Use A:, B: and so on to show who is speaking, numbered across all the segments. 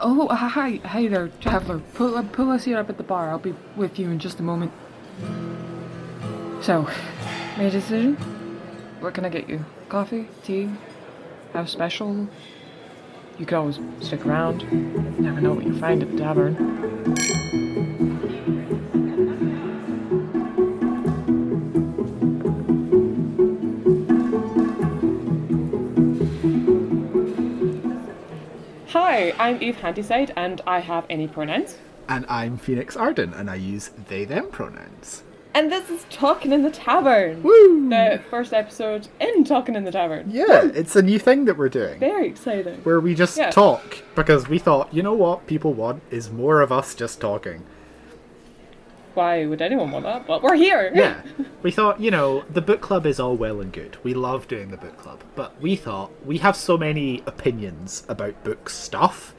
A: Oh, hi, hi there, traveler. Pull, pull us here up at the bar. I'll be with you in just a moment. So, made a decision? What can I get you? Coffee? Tea? Have special? You can always stick around. Never know what you'll find at the tavern. Hi, I'm Eve Handyside, and I have any pronouns.
B: And I'm Phoenix Arden, and I use they them pronouns.
A: And this is Talking in the Tavern.
B: Woo!
A: The first episode in Talking in the Tavern.
B: Yeah, it's a new thing that we're doing
A: Very exciting.
B: where we just
A: Yeah.
B: talk because we thought, you know what people want is more of us just talking.
A: Why would anyone want that? But we're here.
B: Yeah. we thought, you know, the book club is all well and good. We love doing the book club, but we thought we have so many opinions about book stuff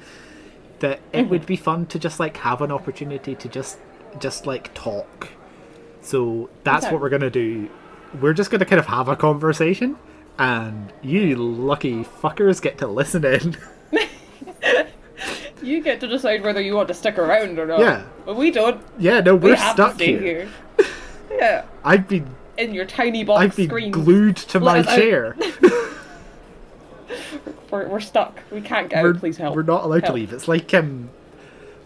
B: that
A: Mm-hmm.
B: it would be fun to just like have an opportunity to just just like talk. So that's
A: Okay.
B: what we're going to do. We're just going to kind of have a conversation and you lucky fuckers get to listen in.
A: You get to decide whether you want to stick around or not.
B: Yeah.
A: But we don't.
B: yeah, no,
A: We
B: we're
A: have to
B: stuck
A: stay
B: here.
A: here. yeah.
B: I've been
A: In your tiny box
B: I've been
A: screen.
B: glued to my
A: us out.
B: chair.
A: We're, we're stuck. We can't get
B: we're,
A: out. Please help.
B: we're not allowed
A: Help.
B: to leave. It's like um,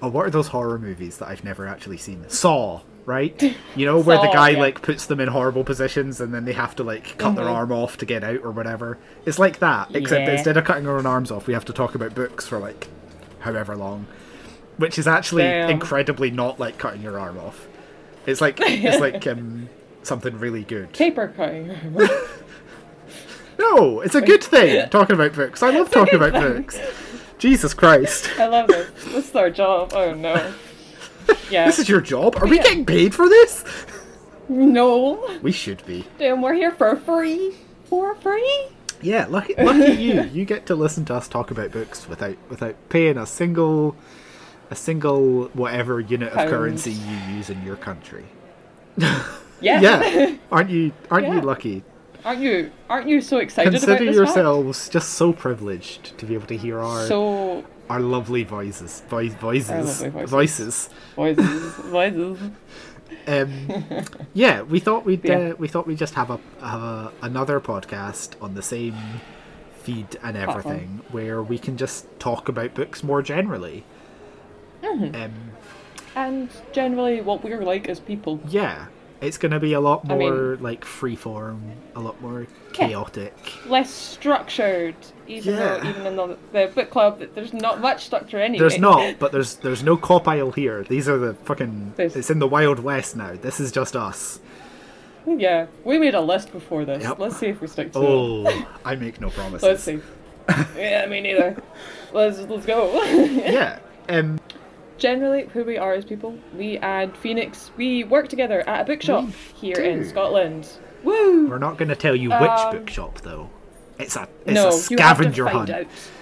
B: oh, what are those horror movies that I've never actually seen? Saw, right? You know where the
A: Saw,
B: guy
A: yeah.
B: like puts them in horrible positions and then they have to like cut their
A: Mhm.
B: arm off to get out or whatever. It's like that, except
A: Yeah.
B: instead of cutting our own arms off, we have to talk about books for like however long, which is actually
A: Damn.
B: incredibly not like cutting your arm off. It's like it's like um. Something really good.
A: Paper cutting.
B: No, it's a good thing talking about books. I love talking about books. Jesus Christ.
A: I love this. This is our job. Oh no. Yeah.
B: This is your job? Are we
A: Yeah.
B: getting paid for this?
A: No.
B: We should be.
A: Damn, we're here for free. For free?
B: Yeah, lucky, lucky you. You get to listen to us talk about books without without paying a single a single whatever unit of
A: Pound.
B: currency you use in your country.
A: Yeah.
B: Yeah. Aren't you aren't you
A: Yeah.
B: lucky?
A: aren't you aren't you so excited about
B: Consider
A: this
B: yourselves just so privileged to be able to hear our
A: fact? So
B: our lovely voices. Voi- voices.
A: lovely voices.
B: voices.
A: voices voices.
B: um, yeah, we thought we'd
A: Yeah.
B: uh, we thought we'd just have a have a, another podcast on the same feed and everything where we can just talk about books more generally.
A: Mm-hmm.
B: Um,
A: And generally what we're like as people.
B: yeah, it's going to be a lot
A: I mean-
B: more like free form, a lot more
A: Yeah.
B: chaotic.
A: Less structured. Even though
B: Yeah.
A: even in the, the book club that there's not much structure anyway.
B: There's not, but there's there's no cop aisle here. These are the fucking.
A: There's-
B: It's in the wild west now. This is just us.
A: Yeah. We made a list before this.
B: Yep.
A: Let's see if we stick to it.
B: Oh, I make no promises.
A: Let's see. yeah, me neither. Let's let's go.
B: Yeah. Um,
A: generally who we are as people. We and Phoenix, we work together at a bookshop here in
B: do.
A: Scotland. Woo!
B: We're not going to tell you which
A: Um,
B: bookshop though. It's a it's
A: no,
B: a
A: you have to
B: scavenger
A: find
B: hunt.
A: out.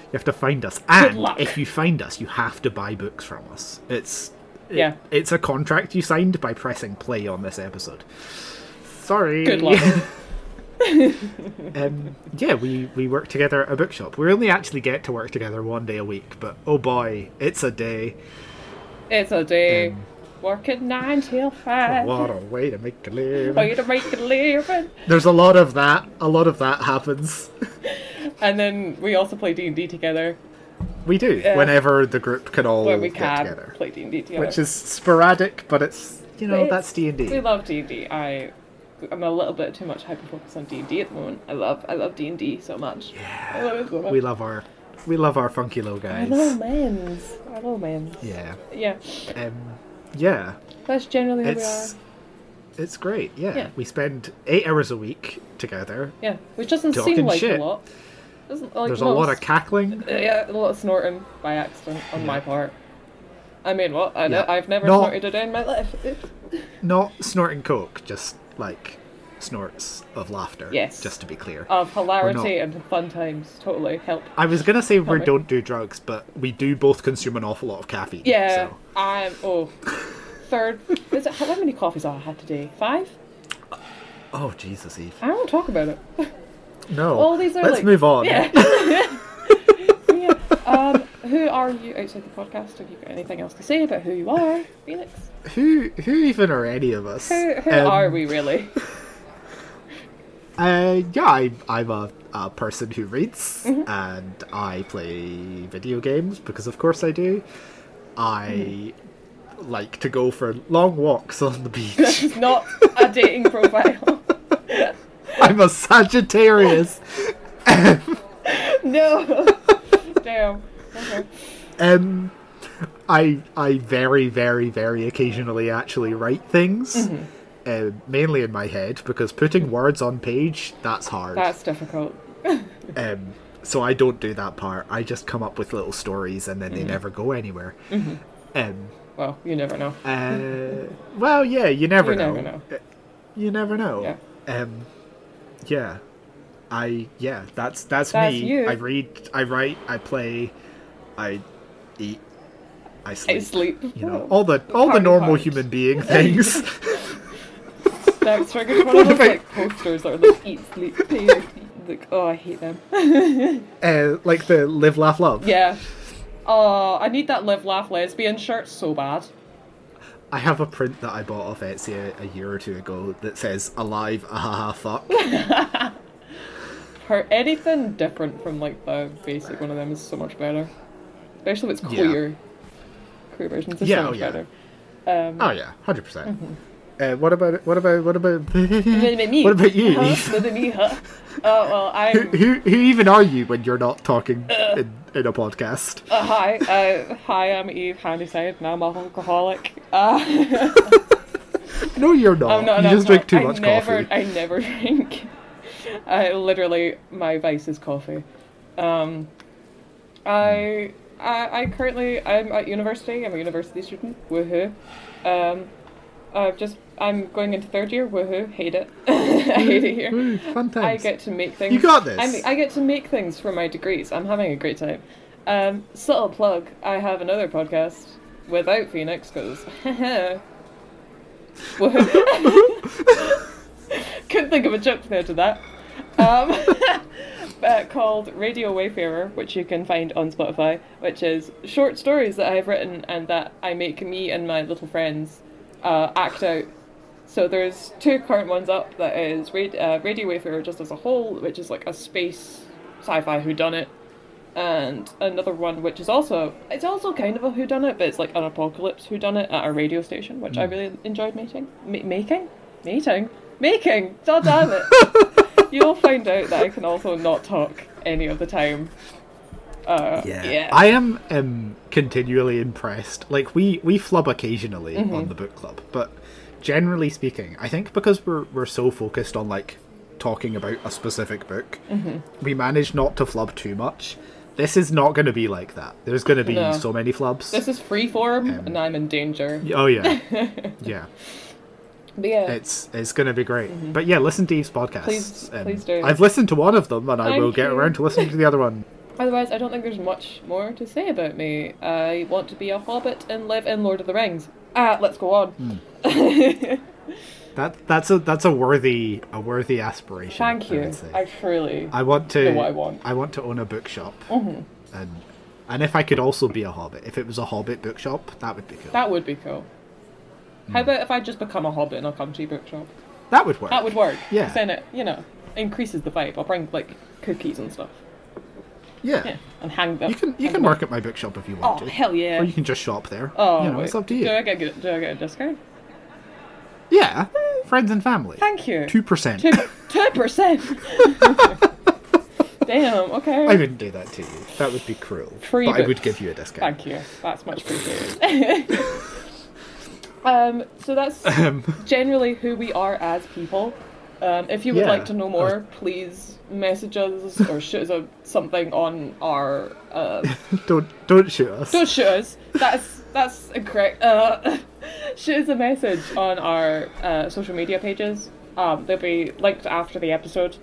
B: You have to find us, and
A: luck.
B: if you find us, you have to buy books from us. It's it-
A: Yeah.
B: it's a contract you signed by pressing play on this episode. Sorry.
A: Good luck.
B: um, yeah, we we work together at a bookshop. We only actually get to work together one day a week, but oh boy, it's a day.
A: it's a day. Working nine till five.
B: What a way to make a
A: Way
B: living.
A: to make a living.
B: There's a lot of that. A lot of that happens.
A: And then we also play D and D together
B: We do
A: Yeah.
B: whenever the group can all
A: when we
B: get
A: can
B: together.
A: play D and D together.
B: which is sporadic, but it's you know
A: It's-
B: that's D and
A: we
B: D.
A: love D and D. I I'm a little bit too much hyper focused on D and D at the moment. I love I love D and D so much. Yeah. I love it so much.
B: We love our we love our funky little
A: I love
B: guys.
A: men's. I love men's.
B: Yeah,
A: Yeah.
B: um, yeah,
A: That's generally who we are.
B: it's it's great. Yeah.
A: Yeah.
B: we spend eight hours a week together.
A: Yeah, which doesn't
B: Talking
A: seem like
B: shit.
A: a lot. Doesn't, like,
B: There's a lot of
A: most-
B: cackling.
A: Uh, yeah, a lot of snorting by accident on my part. I mean, what? I
B: Yeah.
A: know, I've never
B: No.
A: snorted a day in my life.
B: Not snorting coke, just like snorts of laughter.
A: Yes. Uh,
B: just to be clear.
A: Of hilarity and fun times, totally help.
B: I was gonna say we
A: me.
B: don't do drugs, but we do both consume an awful lot of caffeine.
A: Yeah,
B: so.
A: I'm. Oh, third. Is it, how how many coffees have I had today? Five?
B: Oh Jesus, Eve.
A: I don't want to talk about it.
B: No.
A: All these are
B: Let's
A: like.
B: move on.
A: Yeah. yeah. Um, who are you outside the podcast? Have you got anything else to say about who you are, Felix?
B: Who who even are any of us?
A: Who, who
B: Um,
A: are we really?
B: Uh, yeah, I, I'm a, a person who reads,
A: Mm-hmm.
B: and I play video games because, of course, I do. I
A: Mm-hmm.
B: like to go for long walks on the beach.
A: It's not a dating profile.
B: I'm a Sagittarius.
A: no. Damn. Okay.
B: Um, I I very very very occasionally actually write things,
A: Mm-hmm.
B: uh, mainly in my head because putting words on page that's hard.
A: That's difficult.
B: Um, so I don't do that part. I just come up with little stories and then they
A: Mm-hmm.
B: never go anywhere. Um,
A: Well, you never know.
B: uh, well, yeah, you never
A: You
B: know.
A: never know.
B: Uh, You never know.
A: Yeah.
B: Um, yeah. I yeah. That's that's,
A: That's
B: me.
A: you.
B: I read. I write. I play. I eat. I sleep.
A: I sleep. Oh,
B: You know all the all the
A: Party
B: normal
A: hard.
B: human being things. Oh.
A: That's right. It's one of
B: What
A: those
B: about-
A: like posters that are like eat, sleep, pay. Like, oh, I hate them.
B: uh, like the live, laugh, love.
A: yeah. Oh, I need that live, laugh, lesbian shirt so bad.
B: I have a print that I bought off Etsy a, a year or two ago that says "Alive, ah, fuck."
A: Her anything different from like the basic one of them is so much better, especially if it's
B: Yeah.
A: queer. Queer versions is so
B: Yeah, oh,
A: much
B: yeah.
A: better. Um,
B: oh yeah, 100 percent.
A: Mm-hmm.
B: Uh, what about what about what about
A: me.
B: what about you?
A: Huh?
B: Eve?
A: What about me, huh? Oh well,
B: who,
A: I'm
B: who who even are you when you're not talking in, in a podcast?
A: uh, hi. Uh, hi, I'm Eve Handyside, and I'm a alcoholic. Uh,
B: No, you're not.
A: I'm not
B: Oh, you
A: an
B: just drink too
A: alcoholic.
B: much
A: I never,
B: coffee.
A: I never drink. I literally, my vice is coffee. Um, I, I, I currently, I'm at university. I'm a university student. Woohoo! Um, I've just, I'm going into third year. Woohoo! Hate it. I hate it here.
B: Ooh, fun
A: I
B: times.
A: get to make things.
B: You got this.
A: I'm, I get to make things for my degrees. I'm having a great time. Um, subtle plug. I have another podcast without Phoenix because couldn't think of a joke there to that. Um, uh, called Radio Wayfarer, which you can find on Spotify, which is short stories that I have written and that I make me and my little friends uh, act out so there's two current ones up. That is Rad- uh, Radio Wayfarer just as a whole, which is like a space sci-fi whodunit, and another one which is also it's also kind of a whodunit, but it's like an apocalypse whodunit at a radio station, which I really enjoyed making, ma- making, mating, making. God damn it! You'll find out that I can also not talk any of the time. Uh, yeah.
B: I am um, continually impressed. Like we we flub occasionally on
A: Mm-hmm.
B: the book club, but generally speaking, I think because we're we're so focused on like talking about a specific book,
A: Mm-hmm.
B: we manage not to flub too much. This is not going to be like that. There's going to be
A: No.
B: so many flubs.
A: this is freeform,
B: Um,
A: and I'm in danger.
B: oh yeah, yeah.
A: But yeah,
B: It's it's going to be great. But yeah, listen to Eve's podcast.
A: Mm-hmm. Please- please do.
B: I've listened to one of them, and I
A: Thank
B: will get
A: you.
B: around to listening to the other one.
A: Otherwise, I don't think there's much more to say about me. I want to be a hobbit and live in Lord of the Rings. Ah, let's go on.
B: Hmm, That that's a that's a worthy a worthy aspiration.
A: Thank
B: I
A: you.
B: would say.
A: I truly.
B: I want to.
A: know what I want. Mm-hmm.
B: to own a bookshop, and and if I could also be a hobbit, if it was a hobbit bookshop, that would be cool. That,
A: That would be cool. How
B: Hmm.
A: about if I just become a hobbit and I'll come to your bookshop?
B: would work.
A: That would work.
B: Yeah.
A: 'Cause Then it, you know, increases the vibe. I'll bring like cookies and stuff.
B: yeah.
A: Yeah. And hang them.
B: you can you
A: hang
B: can
A: them up.
B: work at my bookshop if you
A: Oh
B: want to,
A: hell yeah!
B: or you can just shop there.
A: oh,
B: you know, it's
A: wait.
B: up to
A: Do I
B: you.
A: get do I get a discount?
B: Yeah, friends and family.
A: Thank you.
B: Two percent.
A: Two two percent. Damn. Okay.
B: I wouldn't do that to you. That would be cruel.
A: Free
B: but I would
A: books.
B: give you a discount.
A: Thank you. That's much appreciated. um, so that's generally who we are as people. Um, if you would
B: Yeah.
A: like to know more, please message us or shoot us a, something on our. Uh,
B: Don't don't shoot us.
A: don't shoot us. That's that's incorrect. Uh, shoot us a message on our uh, social media pages. Um, they'll be linked after the episode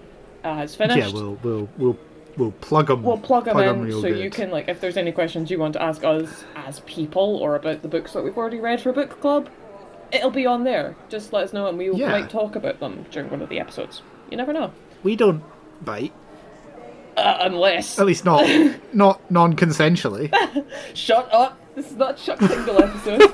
A: uh, is finished
B: yeah, we'll we'll we'll we'll plug them.
A: we'll plug them in
B: real
A: so you
B: good.
A: can like if there's any questions you want to ask us as people or about the books that we've already read for book club it'll be on there just let us know and we
B: Yeah.
A: might talk about them during one of the episodes you never know
B: We don't bite.
A: uh, unless.
B: At least not not non-consensually.
A: Shut up! This is not Chuck Tingle episode.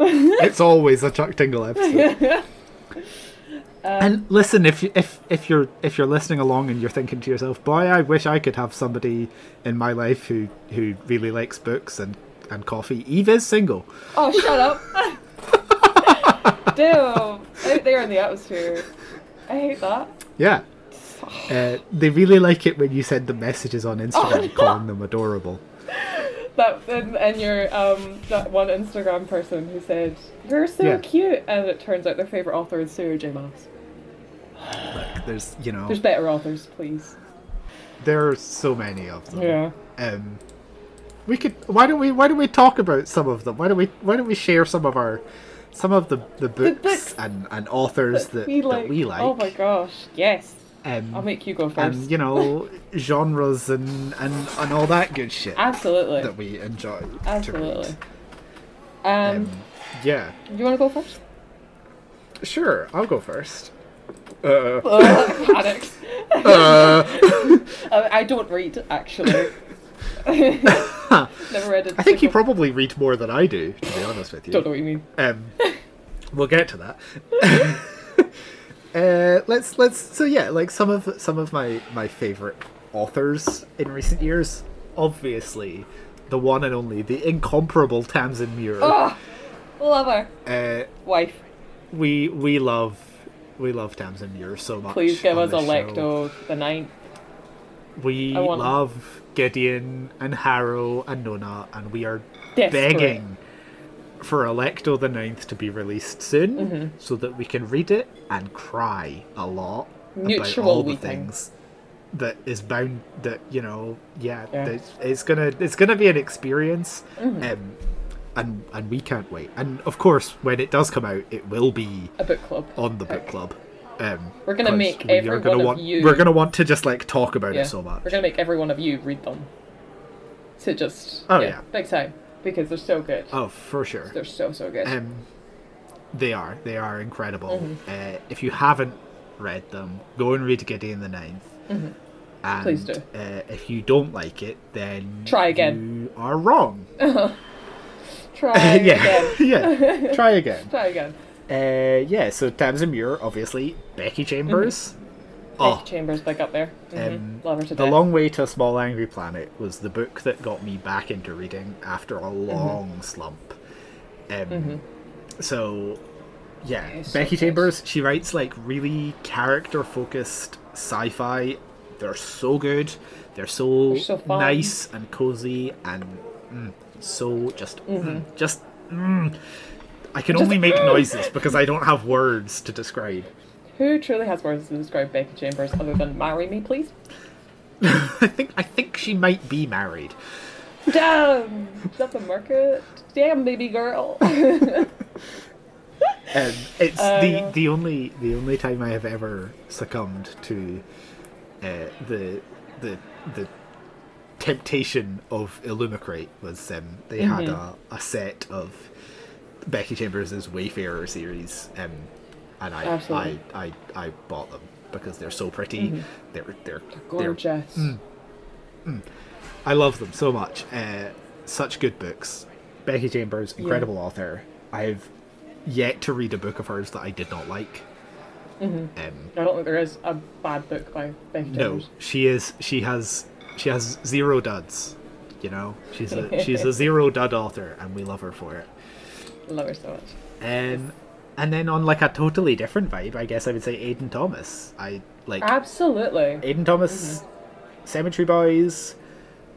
B: It's always a Chuck Tingle episode. and listen, if you, if if you're if you're listening along and you're thinking to yourself, "Boy, I wish I could have somebody in my life who who really likes books and and coffee." Eve is single.
A: Oh, shut up! Damn! Out there in the atmosphere. I hate that.
B: Yeah. Uh, they really like it when you send them messages on Instagram
A: no.
B: calling them adorable.
A: That and, and your um that one Instagram person who said you're so
B: Yeah.
A: cute, and it turns out their favorite author is Sarah J. Maas.
B: Like, there's, you know,
A: There's better authors, please.
B: there are so many of them.
A: Yeah.
B: Um, we could. Why don't we? Why don't we talk about some of them? Why don't we? Why don't we share some of our, some of the the books,
A: books
B: and and authors that, that, we like.
A: Oh my gosh! Yes.
B: Um,
A: I'll make you go first.
B: and you know genres and and and all that good shit
A: Absolutely.
B: that we enjoy. to read.
A: Absolutely.
B: Um,
A: Um,
B: yeah.
A: you want to go first?
B: Sure. I'll go first. Uh,
A: Ugh, Panics.
B: uh,
A: Uh, I don't read actually. Never read it.
B: I think you probably read more than I do, to be honest with you.
A: don't know what you mean.
B: Um, we'll get to that. uh, let's let's so yeah, like some of some of my my favorite authors in recent years, obviously, the one and only, the incomparable Tamsin Muir.
A: Oh, love her
B: Uh,
A: wife.
B: we we love we love Tamsin Muir so much.
A: Please give
B: on
A: us
B: this show.
A: Electo the ninth.
B: We
A: I want-
B: love Gideon and Harrow and Nona, and we are
A: Desperate.
B: begging for Electo the Ninth to be released soon,
A: Mm-hmm.
B: so that we can read it and cry a lot
A: Mutual
B: about all the
A: weeping.
B: things that is bound. That you know, yeah,
A: Yeah. Mm-hmm.
B: that it's gonna it's gonna be an experience, um, and and we can't wait. And of course, when it does come out, it will be
A: A book club.
B: on the book
A: Okay.
B: club. Um,
A: We're gonna
B: 'cause
A: make
B: we are
A: every
B: gonna
A: one of
B: want,
A: you-
B: We're gonna want to just like talk about
A: Yeah.
B: it so much.
A: We're gonna make every one of you read them. So just
B: Oh, yeah.
A: big time because they're so good.
B: Oh, for sure.
A: They're so so good.
B: Um, they are. They are incredible.
A: Mm-hmm.
B: Uh, if you haven't read them, go and read Gideon the Ninth. And,
A: Mm-hmm. Please do.
B: Uh, if you don't like it, then
A: Try again.
B: You are wrong.
A: Try again.
B: yeah, yeah. Try again.
A: Try again.
B: Uh, yeah. So Tamsin Muir, obviously, Becky Chambers. Oh,
A: Nick Chambers back up there. Mhm.
B: Um,
A: Love her to
B: The
A: death.
B: Long Way to a Small Angry Planet was the book that got me back into reading after a
A: Mm-hmm.
B: long slump. Um, So, yeah,
A: Yeah, it's Mm-hmm. so
B: Becky
A: good.
B: Chambers, she writes like really character focused sci fi. They're so good, they're so,
A: They're so fun.
B: nice and cozy and mm, so just, mm,
A: Mm-hmm.
B: just. Mm. I can only make
A: mm.
B: noises because I don't have words to describe.
A: Who truly has words to describe Becky Chambers other than marry me, please?
B: I think I think she might be married.
A: Damn! Up the market. Damn, baby girl.
B: Um, it's
A: Oh,
B: the
A: yeah.
B: the only the only time I have ever succumbed to uh, the the the temptation of Illumicrate was um, they had a,
A: Mm-hmm.
B: a set of Becky Chambers' Wayfarer series, um, and I, I
A: Absolutely. Mm-hmm.
B: I I bought them because they're so pretty. They're they're they're
A: Gorgeous.
B: Hmm. I love them so much. Uh, such good books. Becky Chambers, incredible author. I've yet to read a book of hers that I did not like. Um,
A: I don't think there is a bad book by Becky
B: no,
A: Chambers.
B: she is. She has. She has zero duds. You know, she's a she's a zero dud author, and we love her for it.
A: Love her so much.
B: Um, and then on like a totally different vibe, I guess I would say Aidan Thomas. I like
A: Absolutely.
B: Aiden Thomas, Cemetery Boys,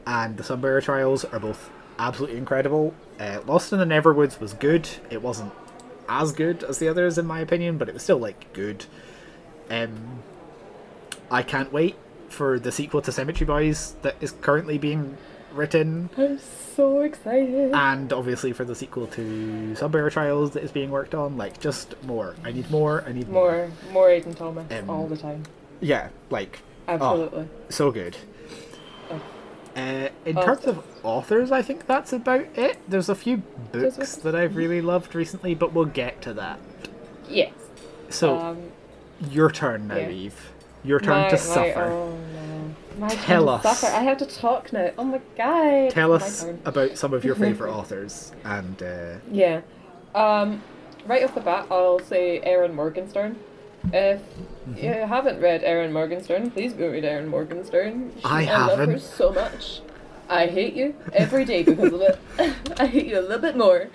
B: and the Sunbury Trials are both absolutely incredible. Uh, Lost in the Neverwoods was good. It wasn't as good as the others, in my opinion, but it was still like good. Um, I can't wait for the sequel to Cemetery Boys that is currently being written,
A: I'm so excited.
B: and obviously for the sequel to Sunbury Trials that is being worked on. Like, just more. I need more. I need more.
A: more, more Aiden Thomas
B: Um,
A: all the time.
B: Yeah, like oh
A: Absolutely.
B: so good.
A: Oh.
B: Uh, in
A: Oh,
B: terms
A: so-
B: of authors, I think that's about it. There's a few
A: There's
B: books
A: a-
B: that I've really loved recently, but we'll get to that.
A: Yes.
B: So
A: um,
B: your turn now,
A: yeah.
B: Eve. Your turn
A: my,
B: to
A: my-
B: suffer.
A: oh, no. My
B: Tell
A: turn to
B: us.
A: Suffer. I have to talk now. Oh my god.
B: Tell
A: It's my
B: us
A: turn.
B: about some of your favorite authors and uh,
A: Yeah. Um, right off the bat, I'll say Aaron Morgenstern. If
B: Mm-hmm.
A: you haven't read Aaron Morgenstern, please go read Aaron Morgenstern. She-
B: I
A: love her
B: haven't.
A: so much. I hate you every day because of it. I hate you a little bit more.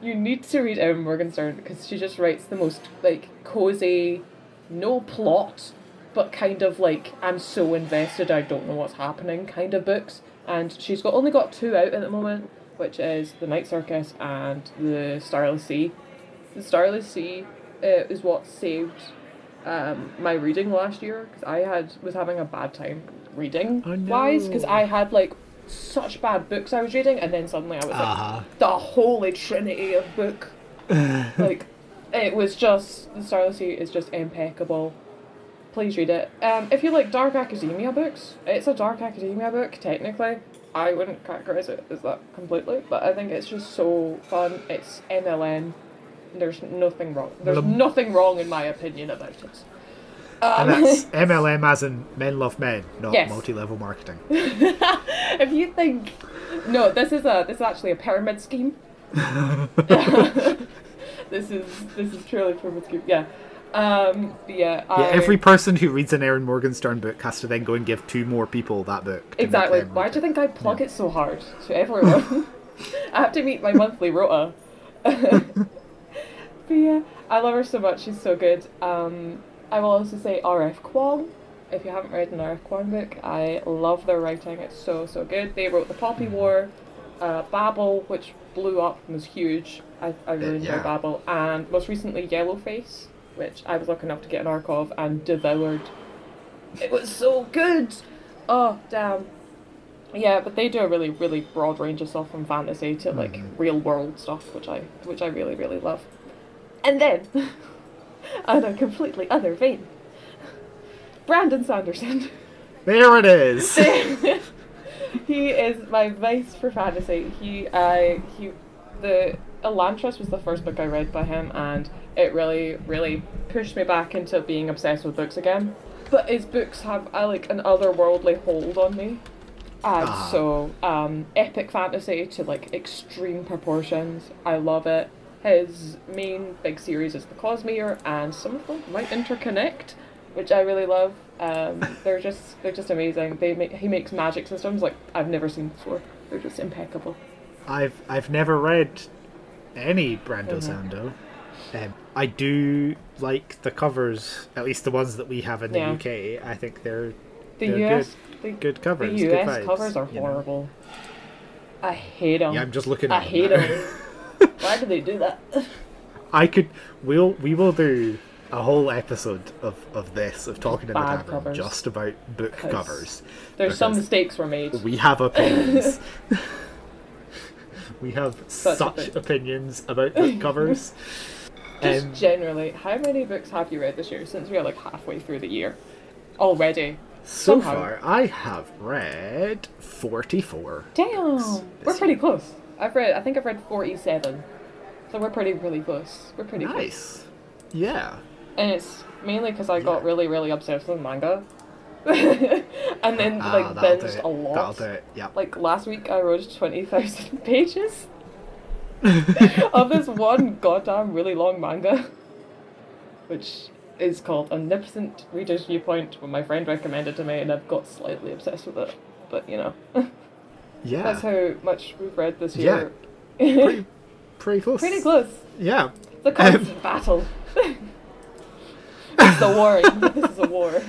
A: You need to read Aaron Morgenstern because she just writes the most like cozy, no plot, but kind of like I'm so invested I don't know what's happening kind of books. And she's got only got two out at the moment, which is The Night Circus and The Starless Sea. The Starless Sea uh, is what saved um, my reading last year because I had was having a bad time reading
B: Oh,
A: wise because
B: no.
A: I had like such bad books I was reading and then suddenly I was like
B: uh
A: the holy trinity of book. like, it was just the Starless Sea is just impeccable. Please read it. Um, if you like dark academia books, it's a dark academia book technically. I wouldn't categorize it as that completely, but I think it's just so fun. It's MLM. There's nothing wrong. There's
B: Blum.
A: nothing wrong in my opinion about it.
B: and that's MLM as in men love men, not
A: Um, Yes. Uh,
B: multi-level marketing.
A: if you think no this is a this is actually a pyramid scheme this is this is truly a pyramid scheme yeah um but yeah, I,
B: Yeah, every person who reads an Aaron Morgenstern book has to then go and give two more people that book. to make
A: exactly
B: them
A: why
B: read
A: do you think i plug it so hard to everyone i have to meet my monthly rota but yeah i love her so much she's so good um i will also say rf kwong if you haven't read an rf kwong book i love their writing it's so so good they wrote the poppy war uh, Babel, which blew up and was huge. I, I really enjoyed
B: yeah.
A: Babel. And most recently, Yellowface, which I was lucky enough to get an arc of and devoured. It was so good! Oh, damn. Yeah, but they do a really, really broad range of stuff from fantasy to like real world stuff, which I which I really, really love. And then, on a completely other vein, Brandon Sanderson.
B: There it is.
A: he is my vice for fantasy. He, I, he, the Elantris was the first book I read by him, and it really, really pushed me back into being obsessed with books again. But his books have uh, like an otherworldly hold on me, and
B: Ah.
A: so um, epic fantasy to like extreme proportions. I love it. His main big series is the Cosmere, and some of them might interconnect, which I really love. Um, they're just they're just amazing. They make, he makes magic systems like I've never seen before. They're just impeccable.
B: I've I've never read any Brando Sando. Um, I do like the covers, at least the ones that we have in the
A: Yeah.
B: UK. I think they're
A: The
B: they're
A: US
B: good,
A: the,
B: good covers.
A: the
B: good
A: US
B: vibes,
A: covers are
B: you know.
A: horrible. I hate them.
B: Yeah, I'm just looking. At
A: I
B: them
A: hate
B: now.
A: them. Why do they do that?
B: I could. We'll we will do a whole episode of of this of talking in the
A: Bad
B: tavern
A: covers.
B: just about book
A: 'Cause
B: covers.
A: There's some
B: Because-
A: mistakes were made.
B: We have opinions. we have
A: Such
B: such,
A: opinions.
B: opinions about book covers.
A: Just
B: Um,
A: generally, how many books have you read this year since we are like halfway through the year already?
B: So
A: Somehow.
B: far, I have read 44.
A: Damn, we're
B: this
A: pretty close. I've read, I think I've read forty-seven, so we're pretty, really close. We're pretty close.
B: Nice. Yeah.
A: and it's mainly because I got
B: Yeah.
A: really, really obsessed with manga, and then
B: Ah,
A: like
B: that'll
A: binged
B: do it.
A: a
B: That'll
A: lot.
B: do it. Yep.
A: Like last week, I wrote twenty thousand pages of this one goddamn really long manga, which is called Omnipotent Reader's Viewpoint. When my friend recommended to me, and I've got slightly obsessed with it. But you know,
B: yeah.
A: that's how much we've read this
B: Yeah.
A: year.
B: pretty, pretty close.
A: Pretty close.
B: Yeah.
A: The constant battle. it's the war. this is a war.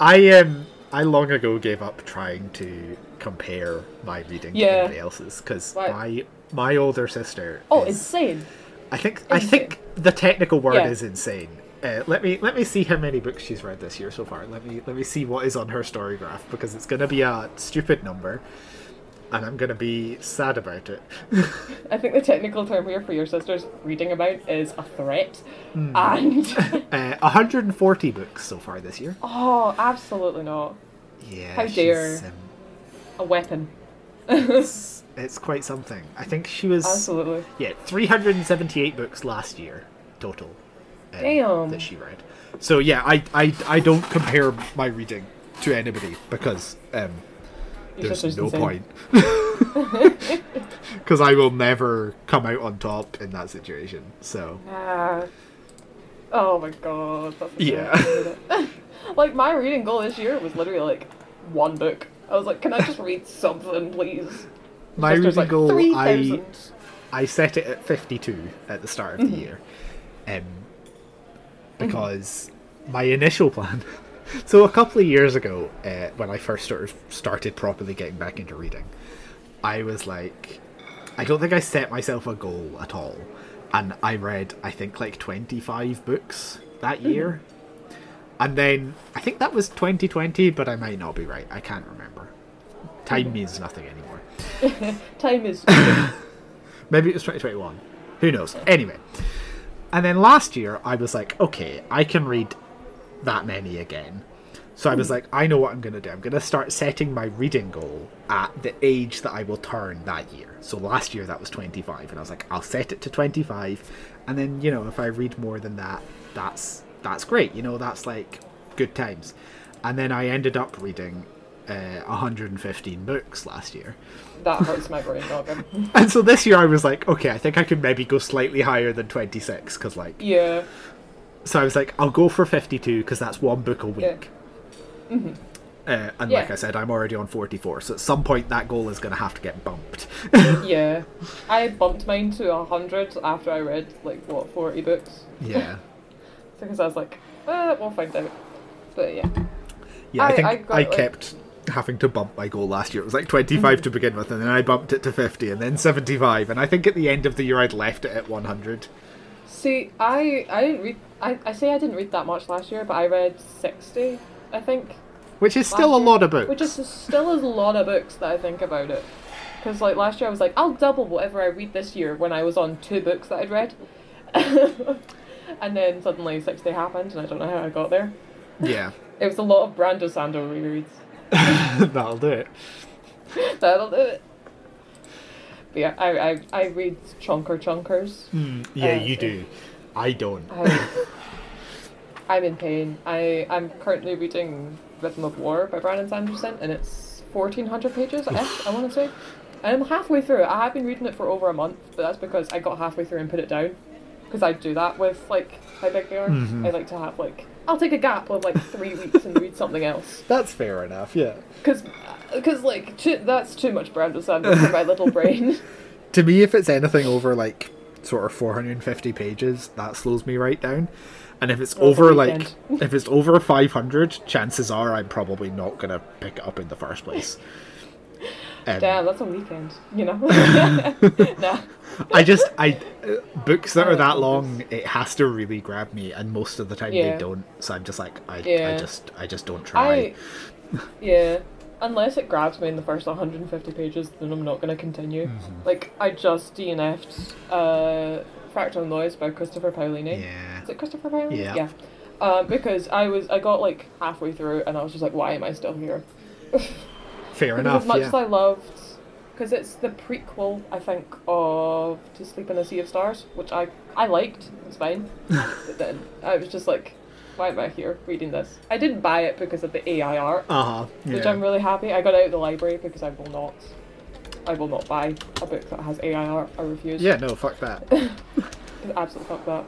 B: I um I long ago gave up trying to compare my reading
A: Yeah.
B: to anybody else's because
A: Right.
B: my my older sister
A: Oh,
B: is
A: insane.
B: I think I
A: Insane.
B: think the technical word
A: Yeah.
B: is insane. Uh, let me let me see how many books she's read this year so far. Let me let me see what is on her story graph because it's going to be a stupid number, and I'm going to be sad about it.
A: I think the technical term here for your sister's reading about is a threat. And
B: Uh, 140 books so far this year.
A: oh, absolutely not.
B: Yeah,
A: How
B: she's,
A: dare.
B: um,
A: A weapon.
B: it's, it's quite something. I think she was
A: Absolutely.
B: yeah 378 books last year total. um,
A: Damn.
B: That she read. So yeah, I I I don't compare my reading to anybody because um,
A: You're
B: there's
A: just
B: no
A: insane.
B: point. Because I will never come out on top in that situation. So
A: Ah. oh my god. That's a
B: Yeah.
A: terrible- like my reading goal this year was literally like one book. I was like, can I just read something, please?
B: my
A: Sister's
B: reading
A: like,
B: goal, I
A: 3,000.
B: I set it at 52 at the start of the year, um, because my initial plan. so a couple of years ago, uh, when I first sort of started properly getting back into reading, I was like, I don't think I set myself a goal at all, and I read I think like 25 books that year, and then I think that was 2020, but I might not be right. I can't remember. Time means nothing anymore.
A: Time is.
B: Maybe it was 2021. Who knows? Anyway. And then last year, I was like, okay, I can read that many again. So I was like, I know what I'm going to do. I'm going to start setting my reading goal at the age that I will turn that year. So last year, that was 25. And I was like, I'll set it to 25. And then, you know, if I read more than that, that's that's great. You know, that's like good times. And then I ended up reading uh, 115 books last year.
A: that hurts my brain, noggin.
B: And so this year I was like, okay, I think I could maybe go slightly higher than 26 because like
A: Yeah.
B: so I was like, I'll go for 52 because that's one book a week. Uh, and like
A: Mm-hmm. Yeah.
B: I said, I'm already on 44, so at some point that goal is going to have to get bumped.
A: Yeah. I bumped mine to 100 after I read, like, what, 40 books?
B: yeah.
A: Because I was like, eh, we'll find out. But yeah.
B: Yeah, I,
A: I-
B: think I,
A: I got, like- Mm-hmm.
B: kept having to bump my goal last year. It was like 25 to begin with, and then I bumped it to 50 and then 75, and I think at the end of the year I'd left it at 100.
A: See, I, I didn't read. I, I say I didn't read that much last year, but I read 60, I think.
B: Which is still a
A: Last year,
B: lot of books.
A: Which is still a lot of books that I think about it. Because like last year I was like, I'll double whatever I read this year when I was on two books that I'd read. and then suddenly 60 happened and I don't know how I got there.
B: Yeah,
A: It was a lot of Brando Sando rereads.
B: that'll do it.
A: That'll do it. But yeah, I, I, I read chunker chunkers.
B: Yeah,
A: Uh,
B: you
A: so-
B: do. I don't.
A: I, I'm in pain. I, I'm currently reading Rhythm of War by Brandon Sanderson, and it's 1,400 pages, I, I want to say. And I'm halfway through. I have been reading it for over a month, but that's because I got halfway through and put it down. Because I do that with, like, how big they are. I like to have, like, I'll take a gap of, like, three weeks and read something else.
B: That's fair enough, yeah.
A: Because, like, too, that's too much Brandon Sanderson for my little brain.
B: To me, if it's anything over like sort of 450 pages, that slows me right down. And if it's
A: Well, it's a
B: over like
A: weekend.
B: if it's over 500, chances are I'm probably not gonna pick it up in the first place. Um,
A: Damn, that's a weekend, you know? nah.
B: I just I uh, books that
A: I
B: are
A: like
B: that
A: books.
B: long, it has to really grab me, and most of the time
A: Yeah.
B: they don't. So I'm just like I, I
A: Yeah.
B: just I just don't try.
A: I, yeah. Unless it grabs me in the first 150 pages, then I'm not going to continue.
B: Mm-hmm.
A: Like, I just DNF'd uh, Fractal Noise by Christopher Paolini.
B: Yeah,
A: Is it Christopher Paolini?
B: Yeah.
A: Yeah. Um, because I was, I got like halfway through and I was just like, why am I still here?
B: fair
A: Because
B: enough.
A: as much
B: yeah.
A: as I loved, because it's the prequel, I think, of To Sleep in a Sea of Stars, which I I liked. It's fine. but then I was just like, why am I here reading this? I didn't buy it because of the AI art,
B: uh huh.
A: which
B: Yeah.
A: I'm really happy. I got out of the library because I will not, I will not buy a book that has AI art. I refuse.
B: yeah. No. Fuck that.
A: Absolutely fuck that.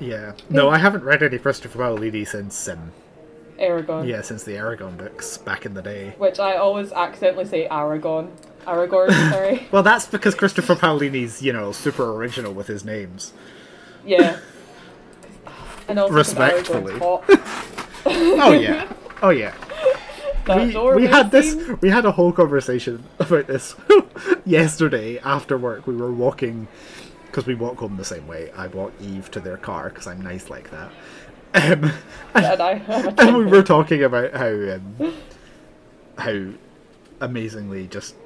B: Yeah. No, I haven't read any Christopher Paolini since um,
A: Aragon.
B: yeah, since the Aragon books back in the day.
A: Which I always accidentally say Aragon. Aragorn, sorry.
B: Well, that's because Christopher Paolini's, you know, super original with his names.
A: yeah. And also 'cause
B: Respectfully.
A: Aragorn's hot.
B: Oh yeah. Oh yeah.
A: That
B: We,
A: doorway
B: we had this
A: scene.
B: we had a whole conversation about this yesterday after work. We were walking because we walk home the same way. I walk Eve to their car because I'm nice like that. Um,
A: and I have a
B: and we were talking about how um, how amazingly just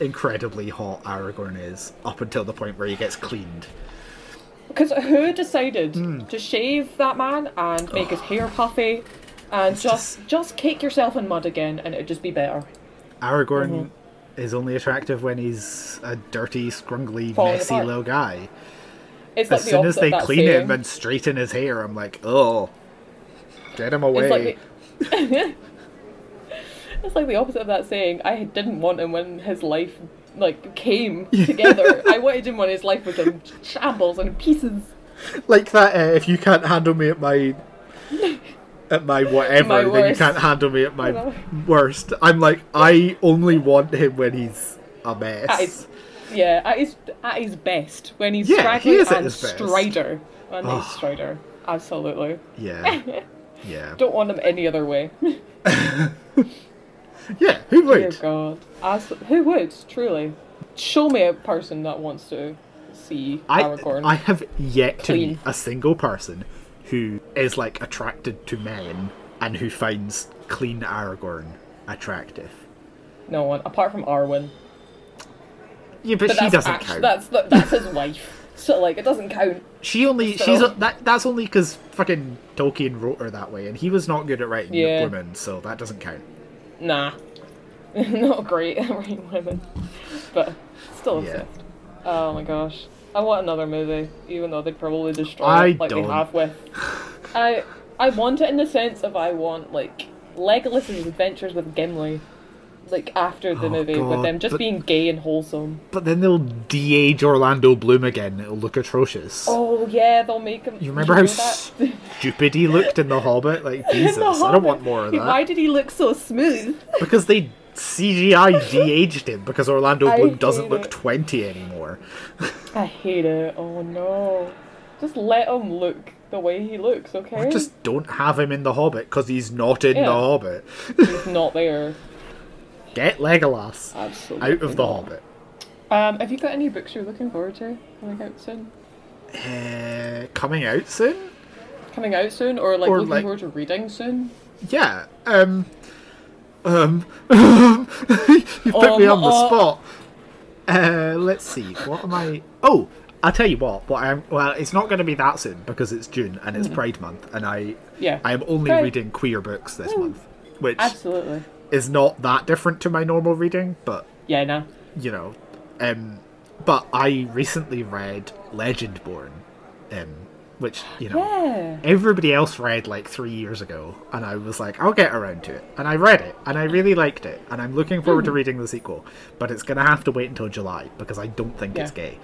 B: incredibly hot Aragorn is up until the point where he gets cleaned.
A: Because who decided
B: Hmm.
A: to shave that man and make his hair puffy and just just, cake yourself in mud again and it'd just be better.
B: Aragorn
A: Mm-hmm.
B: is only attractive when he's a dirty, scrungly,
A: Falling
B: messy
A: apart.
B: little guy.
A: It's like
B: As
A: the
B: soon
A: opposite
B: as
A: of
B: they
A: that
B: clean
A: saying.
B: him and straighten his hair, I'm like, oh, get him away.
A: it's like It's like the opposite of that saying. I didn't want him when his life like came together. I wanted him when his life was in shambles and in pieces.
B: like that. Uh, if you can't handle me at my at my whatever,
A: My
B: then you
A: worst.
B: can't handle me at my
A: No.
B: worst. I'm like, I only want him when he's a mess.
A: At his, yeah, at his at his best when he's
B: Yeah, he
A: straggling
B: is at
A: and
B: his best.
A: Strider. When he's
B: Oh.
A: Strider, absolutely.
B: Yeah, yeah,
A: Don't want him any other way.
B: yeah. Who
A: Dear
B: would?
A: God, As, who would truly? Show me a person that wants to see
B: I
A: Aragorn.
B: I have yet to
A: Clean.
B: meet a single person who is like attracted to men and who finds clean Aragorn attractive.
A: no one apart from Arwen.
B: Yeah, but,
A: But
B: she
A: that's
B: doesn't
A: act-
B: count.
A: That's the, that's his wife. So like, it doesn't count.
B: She only
A: So-
B: she's that that's only because fucking Tolkien wrote her that way, and he was not good at writing
A: Yeah.
B: women, so that doesn't count.
A: Nah, not great at writing women, but still
B: Yeah.
A: obsessed. Oh my gosh, I want another movie, even though they'd probably destroy
B: I
A: it like
B: don't.
A: they have with. I I want it in the sense of I want like Legolas's adventures with Gimli, like after the
B: Oh,
A: movie with
B: God,
A: them just
B: but-
A: being gay and wholesome.
B: But then they'll de-age Orlando Bloom again. It'll look atrocious.
A: Oh yeah, they'll make him.
B: you remember
A: know
B: how
A: that?
B: stupid he looked in The Hobbit? Like
A: In The
B: Jesus, I don't want
A: Hobbit.
B: more of
A: Why
B: that.
A: did he look so smooth?
B: because they CGI de-aged him because Orlando
A: I
B: Bloom doesn't
A: hate
B: look
A: it.
B: twenty anymore.
A: I hate it. Oh no. Just let him look the way he looks, okay?
B: Or just don't have him in The Hobbit because he's not in The
A: Yeah.
B: Hobbit.
A: He's not there.
B: Get Legolas
A: Absolutely.
B: out of The Hobbit.
A: Um, have you got any books you're looking forward to coming out soon?
B: Uh, coming out soon.
A: Coming out soon, or like
B: Or,
A: looking
B: like-
A: forward to reading soon?
B: Yeah. Um. Um. you put me
A: Um,
B: on the
A: uh,
B: spot. Uh, let's see. What am I? Oh, I'll tell you what. What I'm. Well, it's not going to be that soon because it's June and it's Pride Month, and I.
A: Mm-hmm. Yeah. Mm.
B: I am only
A: Right.
B: reading queer books this month, which
A: Absolutely.
B: is not that different to my normal reading, but
A: Yeah, nah.
B: you know, um. But I recently read Legendborn, um, which you know
A: Yeah.
B: everybody else read like three years ago, and I was like, I'll get around to it. And I read it, and I really liked it, and I'm looking forward
A: Hmm.
B: to reading the sequel. But it's gonna have to wait until July because I don't think it's
A: Yeah.
B: gay.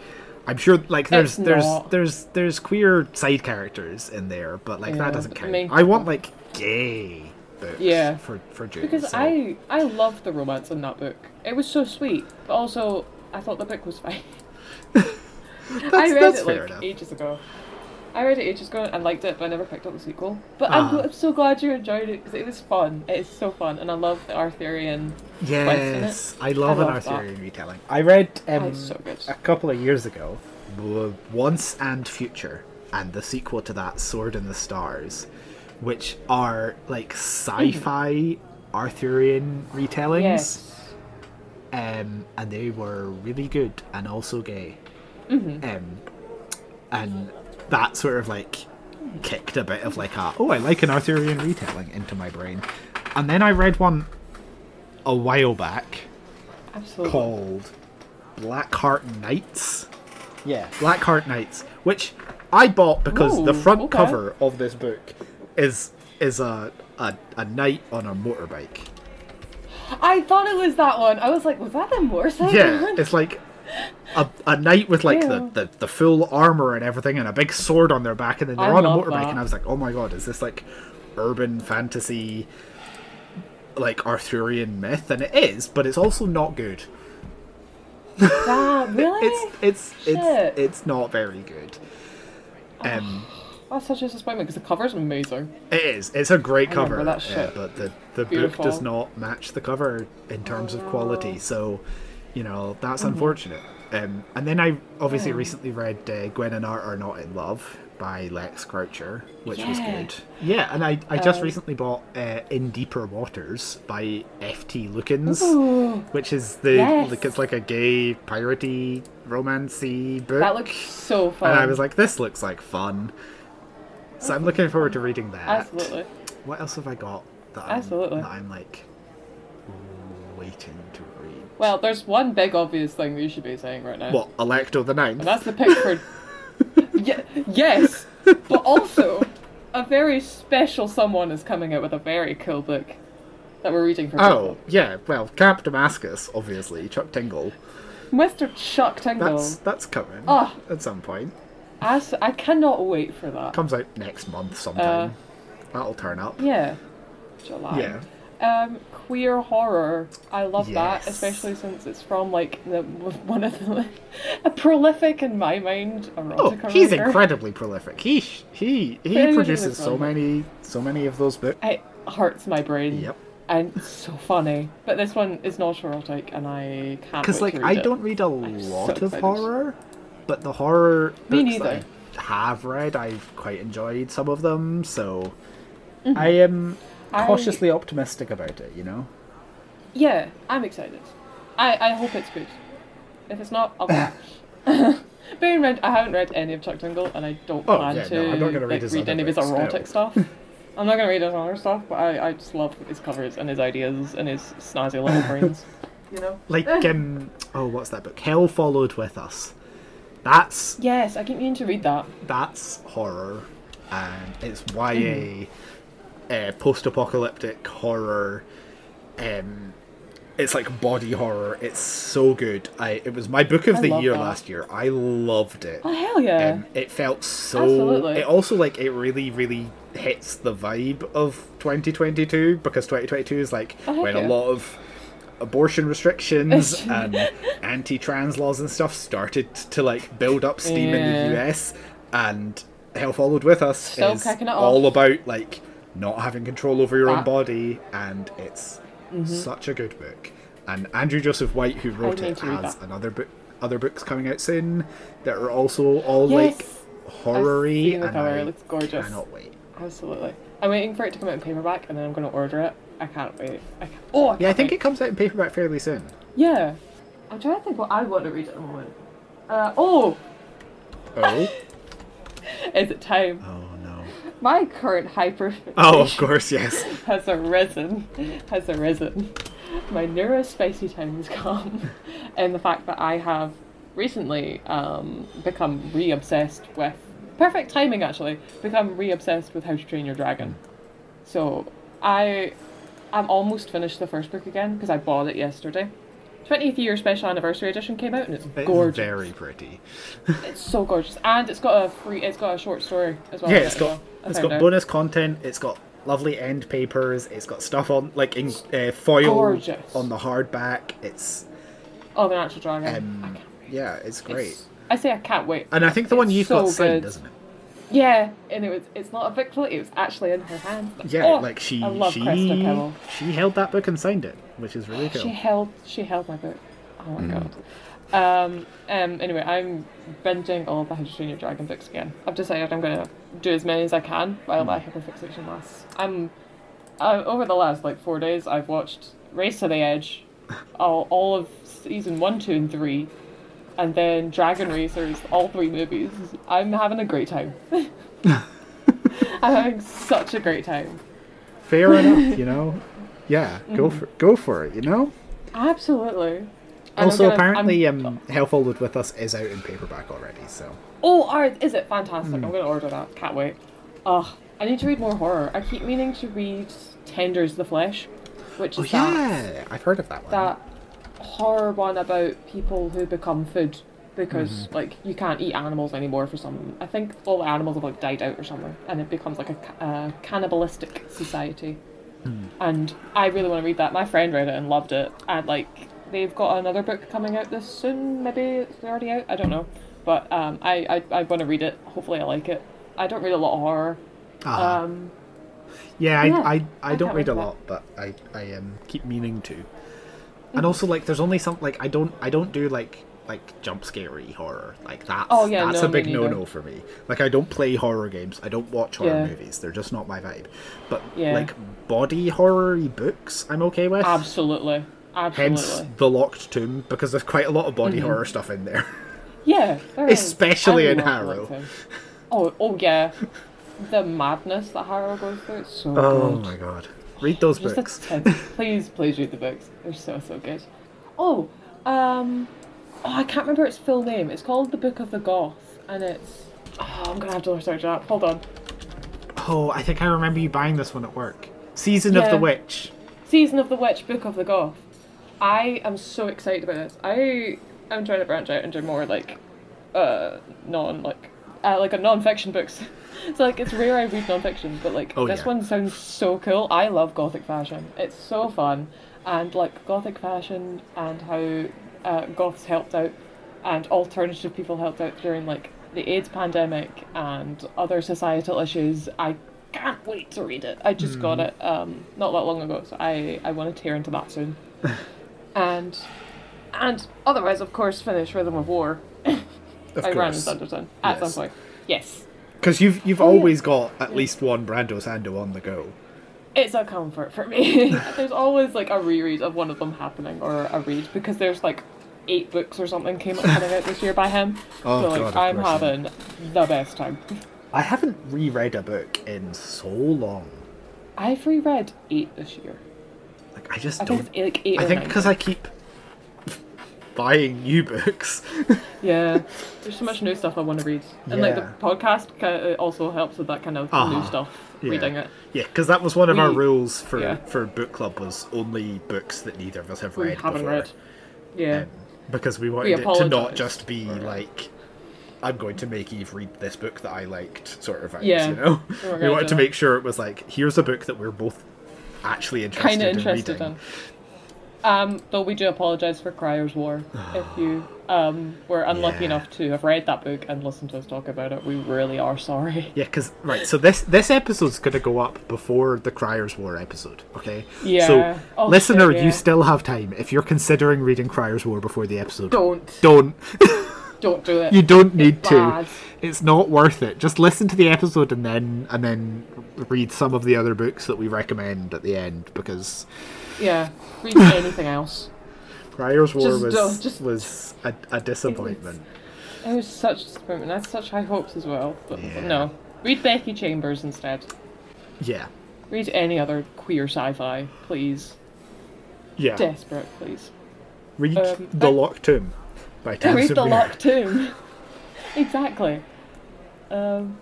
B: I'm sure like there's
A: It's
B: there's
A: not.
B: there's there's queer side characters in there, but like
A: Yeah,
B: that doesn't
A: but
B: count.
A: me-
B: I want like gay books
A: Yeah.
B: for for June.
A: Because
B: so-
A: I I loved the romance in that book. It was so sweet, but also I thought the book was fine. I
B: That's-
A: read
B: that's
A: it
B: fair
A: like
B: enough.
A: ages ago. I read it ages ago and liked it, but I never picked up the sequel. But I'm,
B: Ah.
A: gl- I'm so glad you enjoyed it because it was fun. It is so fun, and I love the Arthurian.
B: Yes, I love
A: I
B: an
A: love that.
B: Arthurian retelling. I read um,
A: it's so good.
B: a couple of years ago, w- Once and Future, and the sequel to that, Sword in the Stars, which are like
A: Hmm.
B: sci-fi Arthurian retellings,
A: Yes.
B: um, and they were really good and also gay,
A: Mm-hmm.
B: um, and that sort of like kicked a bit of like a oh I like an Arthurian retelling into my brain, and then I read one a while back
A: Absolutely.
B: called Blackheart Knights. Yeah, Blackheart Knights, which I bought because the
A: Ooh,
B: front
A: okay.
B: cover of this book is is a, a a knight on a motorbike.
A: I thought it was that one. I was like, was that the motorcycle
B: Yeah,
A: one?
B: it's like a, a knight with like the,
A: Ew.
B: the, the full armor and everything and a big sword on their back and then they're
A: I
B: on a
A: love
B: motorbike
A: that.
B: and I was like, oh my god, is this like urban fantasy like Arthurian myth? And it is, but it's also not good.
A: Damn, really?
B: It's it's
A: Shit.
B: it's it's not very good. Um,
A: That's such a disappointment because the cover's amazing.
B: It is. It's a great
A: I
B: cover,
A: remember that
B: yeah,
A: shit.
B: but the the
A: Beautiful.
B: book does not match the cover in terms of quality. So, you know, that's
A: Mm-hmm.
B: unfortunate. Um, and then I obviously recently read uh, Gwen and Art Are Not in Love by Lex Croucher, which was
A: Yeah.
B: good. Yeah, and I, I just
A: Um,
B: recently bought uh, In Deeper Waters by F.T. Lookins,
A: Ooh,
B: which is the
A: Yes.
B: like it's like a gay piratey romancey book.
A: that looks so fun.
B: and I was like, this looks like fun. So I'm looking forward to reading that.
A: absolutely.
B: What else have I got that I'm,
A: Absolutely.
B: that I'm like waiting to read?
A: Well, there's one big obvious thing that you should be saying right now.
B: What, Electo the Ninth?
A: And that's the Pickford. Ye- yes, but also a very special someone is coming out with a very cool book that we're reading from.
B: Oh, yeah, well, Camp Damascus, obviously, Chuck Tingle.
A: Mr. Chuck Tingle.
B: That's that's coming
A: Oh.
B: at some point.
A: As I cannot wait for that.
B: Comes out next month sometime.
A: Uh.
B: That'll turn up.
A: Yeah, July.
B: Yeah.
A: Um, queer horror. I love that,
B: Yes.
A: especially since it's from like the one of the a prolific in my mind
B: Oh,
A: erotica
B: he's
A: writer.
B: incredibly prolific. He sh- he he
A: Very
B: produces so
A: prolific.
B: many so many of those books.
A: It hurts my brain.
B: Yep.
A: And it's so funny, but this one is not erotic, and I can't.
B: Because
A: wait
B: like
A: to
B: I
A: read it.
B: don't read a
A: so
B: lot of
A: excited.
B: horror, but the horror
A: Me
B: books that
A: neither.
B: I have read, I've quite enjoyed some of them. So I am
A: Mm-hmm. I-
B: cautiously optimistic about it. You know.
A: Yeah, I'm excited. I, I hope it's good. If it's not, I'll. Bear in mind, I haven't read any of Chuck Tingle, and I don't
B: Oh,
A: plan
B: yeah,
A: to
B: no, I'm not gonna read
A: like,
B: his
A: read
B: other
A: any of his
B: books, no.
A: erotic stuff. I'm not going to read his other stuff, but I, I just love his covers and his ideas and his snazzy little brains. you know?
B: Like um oh what's that book? Hell followed with us. That's
A: Yes, I keep meaning to read that.
B: that's horror, and it's YA,
A: Hmm.
B: uh, post-apocalyptic horror. Um, it's like body horror. It's so good. I it was my book of
A: I
B: the
A: love
B: year
A: that.
B: last year. I loved it.
A: Oh, hell yeah.
B: Um, it felt so.
A: Absolutely.
B: It also like it really, really hits the vibe of 2022 because 2022 is like
A: Oh, heck
B: when
A: yeah.
B: a lot of abortion restrictions and anti-trans laws and stuff started to like build up steam in the
A: Yeah.
B: US, and Hell Followed with Us
A: Still
B: is
A: kicking it
B: all
A: off.
B: about like not having control over your
A: That-
B: own
A: Mm-hmm.
B: body, and it's such a good book. And Andrew Joseph White, who wrote
A: need
B: it,
A: to read
B: has
A: that.
B: another book, other books coming out soon that are also all
A: Yes.
B: like horror-y,
A: seen the
B: and
A: cover,
B: I
A: it looks gorgeous.
B: cannot wait.
A: Absolutely. I'm waiting for it to come out in paperback, and then I'm going to order it. I can't wait. I can't. Oh, I
B: Yeah, I
A: can't
B: think
A: wait.
B: it comes out in paperback fairly soon.
A: Yeah. I'm trying to think what I want to read at the moment. Uh, oh,
B: Oh,
A: is it time?
B: oh no.
A: My current hyper
B: Oh, of course, yes.
A: has arisen, has arisen. My neurospacey time has come, and the fact that I have recently um, become re-obsessed with perfect timing actually become re-obsessed with How to Train Your Dragon. So I I'm almost finished the first book again because I bought it yesterday. 20th year special anniversary edition came out and it's
B: It's
A: gorgeous.
B: very pretty.
A: It's so gorgeous, and it's got a free. It's got a short story as well.
B: Yeah,
A: in it
B: it's
A: as
B: got
A: well. I
B: it's
A: found
B: got
A: out.
B: bonus content. It's got lovely end papers. It's got stuff on like in uh, foil
A: Gorgeous.
B: on the hardback. It's
A: Oh, the natural dragon. I
B: um,
A: can't wait.
B: yeah, it's great.
A: It's- I say I can't wait.
B: and I think the one
A: it's
B: you've
A: so
B: got signed,
A: good.
B: doesn't it?
A: Yeah, and it was. It's not a victory. It was actually in her hands.
B: Yeah,
A: Oh,
B: like she
A: I love Cresta
B: she
A: Kimmel.
B: she held that book and signed it, which is really
A: She
B: cool.
A: held. She held my book. Oh my god. Um. Um. Anyway, I'm binging all the How to Train Your Dragon books again. I've decided I'm gonna do as many as I can while my hyperfixation lasts. I'm. Uh, over the last like four days, I've watched Race to the Edge, all, all of season one, two, and three, and then Dragon Racers, all three movies. I'm having a great time. I'm having such a great time.
B: Fair enough, you know. Yeah, go
A: Mm.
B: for go for it, you know.
A: Absolutely. And I'm
B: also,
A: gonna- I'm-
B: apparently, um, Hell Followed with Us is out in paperback already, so
A: Oh, art is it fantastic? I'm gonna order that. Can't wait. Ugh, I need to read more horror. I keep meaning to read Tenders the Flesh, which
B: oh
A: is that-
B: yeah, I've heard of that one.
A: that horror one about people who become food because like you can't eat animals anymore for some. I think all the animals have like died out or something, and it becomes like a, ca- a cannibalistic society. And I really want to read that. My friend read it and loved it, and like they've got another book coming out this soon. Maybe it's already out. I don't know, but um, I I, I want to read it. Hopefully, I like it. I don't read a lot of horror.
B: Ah.
A: Um,
B: yeah, I,
A: yeah,
B: I, I,
A: I
B: don't
A: can't
B: read a
A: wait for Mm.
B: lot, but I I um, keep meaning to. And also, like, there's only some like I don't I don't do like like jump scary horror like that's
A: Oh, yeah,
B: that's
A: no,
B: a
A: me
B: big
A: neither.
B: no no for me. Like I don't play horror games. I don't watch horror
A: Yeah.
B: movies. They're just not my vibe. But
A: Yeah.
B: like body horror books, I'm okay with.
A: absolutely, absolutely. Mm-hmm.
B: Hence the locked tomb because there's quite a lot of body horror stuff in there.
A: Yeah, there is.
B: Especially
A: And
B: in
A: we all
B: Harrow.
A: collect him. Oh, oh yeah, the madness that Harrow goes through. It's so
B: Oh
A: good.
B: my god. Read those
A: Just
B: books.
A: the tenth. Please, please read the books. They're so so good. Oh, um, oh, I can't remember its full name. It's called the Book of the Goth, and it's. Oh, I'm gonna have to search it up. Hold on.
B: Oh, I think I remember you buying this one at work. Season of
A: Yeah.
B: the Witch.
A: Season of the Witch, Book of the Goth. I am so excited about this. I am trying to branch out into more like uh non like uh, like a non-fiction books. so like it's rare I read non-fiction, but like
B: Oh,
A: this
B: yeah.
A: one sounds so cool. I love gothic fashion. It's so fun and like gothic fashion and how uh, goths helped out and alternative people helped out during like the AIDS pandemic and other societal issues. I can't wait to read it. I just got
B: Mm.
A: it um, not that long ago, so I, I want to tear into that soon. and and otherwise, of course, finish Rhythm of War
B: Of
A: by Brandon
B: course.
A: Sanderson at some
B: Yes.
A: point. Yes,
B: Because you've you've
A: Oh, yeah.
B: always got at least one Brando Sando on the go.
A: it's a comfort for me. there's always like a reread of one of them happening or a read because there's like eight books or something came coming out this year by him.
B: Oh,
A: so like
B: God, of
A: I'm
B: course, yeah.
A: having the best time.
B: I haven't reread a book in so long.
A: I've reread eight this year.
B: Like I just
A: I think
B: don't.
A: it's eight, like eight
B: I
A: or
B: think
A: nine.
B: because I keep buying new books.
A: Yeah, there's so much new stuff I want to read, and like
B: Yeah.
A: the podcast ki- it also helps with that kind of
B: Uh-huh.
A: new stuff.
B: Yeah.
A: Reading it,
B: Yeah, because that was one of our
A: We-
B: rules for
A: yeah.
B: for book club was only books that neither of us have
A: we
B: read
A: haven't
B: before.
A: read. Yeah,
B: Um, because we wanted it to not
A: apologise
B: just be
A: for-
B: like, I'm going to make Eve read this book that I liked, sort of vibes,
A: Yeah. Oh
B: you know?
A: We were
B: we
A: gonna
B: wanted
A: do
B: to
A: that.
B: make sure it was like, here's a book that we're both actually interested,
A: kind of
B: in
A: interested
B: reading.
A: in. Um, though we do apologise for Crier's War. if you um were unlucky
B: Yeah.
A: enough to have read that book and listened to us talk about it, we really are sorry.
B: Yeah, because right, so this this episode's gonna go up before the Criers War episode, okay?
A: Yeah.
B: So,
A: Oh,
B: listener,
A: shit, yeah.
B: you still have time if you're considering reading Criers War before the episode.
A: Don't
B: Don't.
A: don't do it.
B: You don't need to.
A: bad.
B: It's not worth it. Just listen to the episode and then and then read some of the other books that we recommend at the end because
A: Yeah, read anything else.
B: Criers War
A: Just
B: was
A: don't- just-
B: was a, a disappointment.
A: It was such a disappointment. I had such high hopes as well, but
B: Yeah.
A: no. Read Becky Chambers instead.
B: Yeah,
A: Read any other queer sci-fi, please.
B: yeah.
A: Desperate, please.
B: Read
A: um,
B: The
A: I-
B: Locked Tomb by Tamsin
A: Read the
B: Muir.
A: locked tomb. exactly. Um,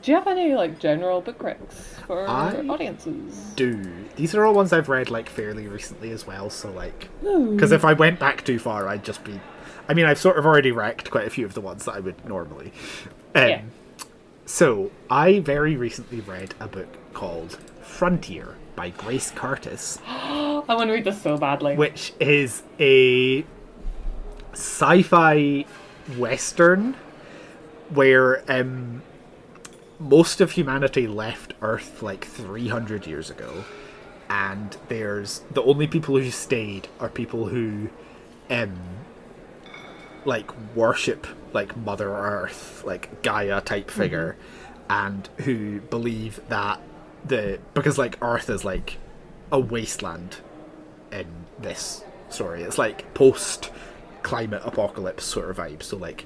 A: do you have any like general book recs for
B: I
A: audiences?
B: Do these are all ones I've read like fairly recently as well. So like,
A: No.
B: because if I went back too far, I'd just be. I mean, I've sort of already racked quite a few of the ones that I would normally. Um,
A: Yeah.
B: So I very recently read a book called Frontier by Grace Curtis.
A: I want to read this so badly.
B: which is a sci-fi western where um, most of humanity left Earth like 300 years ago, and there's the only people who stayed are people who, um, like worship like Mother Earth, like Gaia type figure, and who believe that the because like Earth is like a wasteland in this story. It's like post climate apocalypse sort of vibe. So like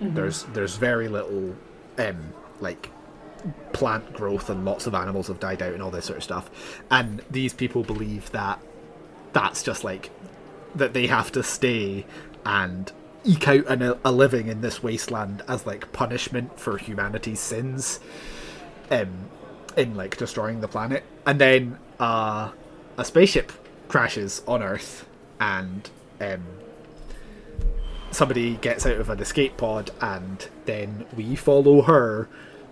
B: there's there's very little um like plant growth and lots of animals have died out and all this sort of stuff. And these people believe that that's just like that they have to stay and eke out an, a living in this wasteland as like punishment for humanity's sins um, in like destroying the planet, and then uh, a spaceship crashes on Earth, and um, somebody gets out of an escape pod, and then we follow her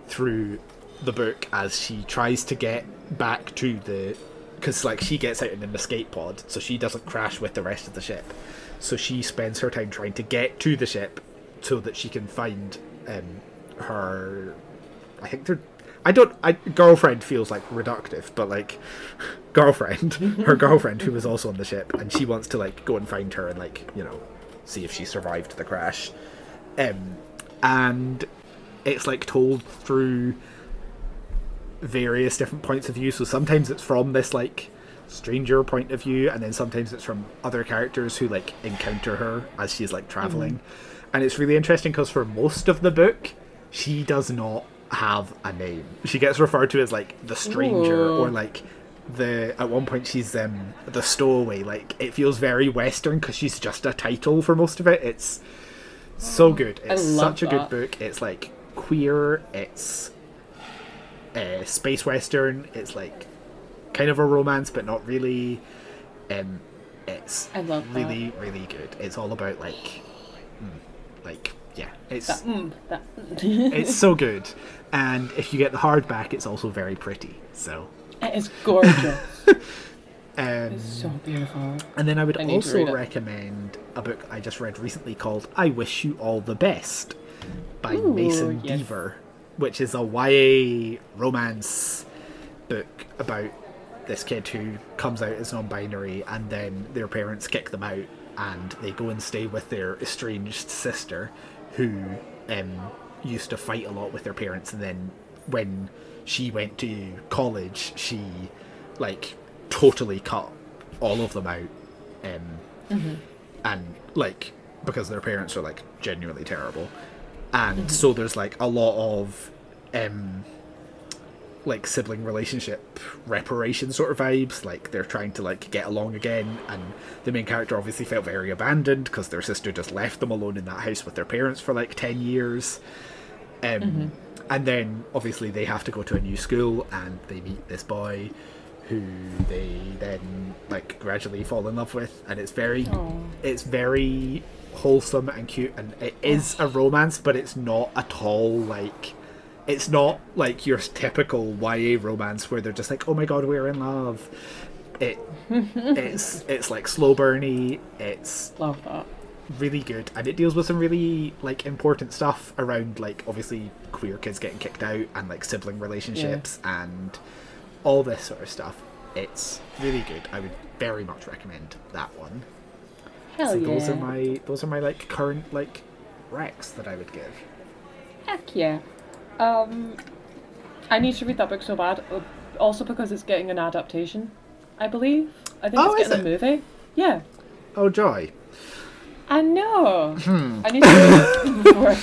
B: through the book as she tries to get back to the because like she gets out in an escape pod, so she doesn't crash with the rest of the ship. So she spends her time trying to get to the ship so that she can find um, her I think they're. I don't. I girlfriend feels like reductive, but like girlfriend, her girlfriend who was also on the ship, and she wants to like go and find her and like you know see if she survived the crash. Um, and it's like told through various different points of view. So sometimes it's from this like stranger point of view, and then sometimes it's from other characters who like encounter her as she's like traveling. And it's really interesting because for most of the book, she does not have a name. She gets referred to as like the stranger
A: Ooh.
B: or like the at one point she's um the stowaway like it feels very western because she's just a title for most of it it's so good it's
A: love
B: such a good
A: that.
B: book it's like queer it's uh, space western. It's like kind of a romance, but not really. Um, it's
A: I love that.
B: really, really good. It's all about like, mm, like yeah, it's
A: That, mm, that,
B: it's so good. And if you get the hardback, it's also very pretty. So,
A: it is gorgeous.
B: um,
A: so beautiful.
B: and then I would
A: I need to read
B: also
A: it.
B: recommend a book I just read recently called "I Wish You All the Best" by
A: Ooh,
B: Mason
A: yes.
B: Deaver, which is a YA romance book about this kid who comes out as non-binary, and then their parents kick them out, and they go and stay with their estranged sister, who um, used to fight a lot with their parents, and then when she went to college, she like totally cut all of them out. Um, and like because their parents are like genuinely terrible and so there's like a lot of um like sibling relationship reparation sort of vibes like they're trying to like get along again and the main character obviously felt very abandoned because their sister just left them alone in that house with their parents for like 10 years um and then obviously they have to go to a new school and they meet this boy who they then like gradually fall in love with and it's very
A: Aw.
B: it's very wholesome and cute and it is a romance but it's not at all like it's not like your typical YA romance where they're just like oh my god we're in love it it's it's like slow burny it's
A: Love that.
B: really good and it deals with some really like important stuff around like obviously queer kids getting kicked out and like sibling relationships and all this sort of stuff it's really good i would very much recommend that one
A: Hell
B: so
A: yeah.
B: those are my those are my like current like recs that i would give
A: Heck yeah. Um, I need to read that book so bad. uh, Also because it's getting an adaptation, I believe. I think
B: Oh,
A: it's
B: is
A: getting a movie. Yeah.
B: oh joy
A: I know.
B: Hmm.
A: I need to read it before.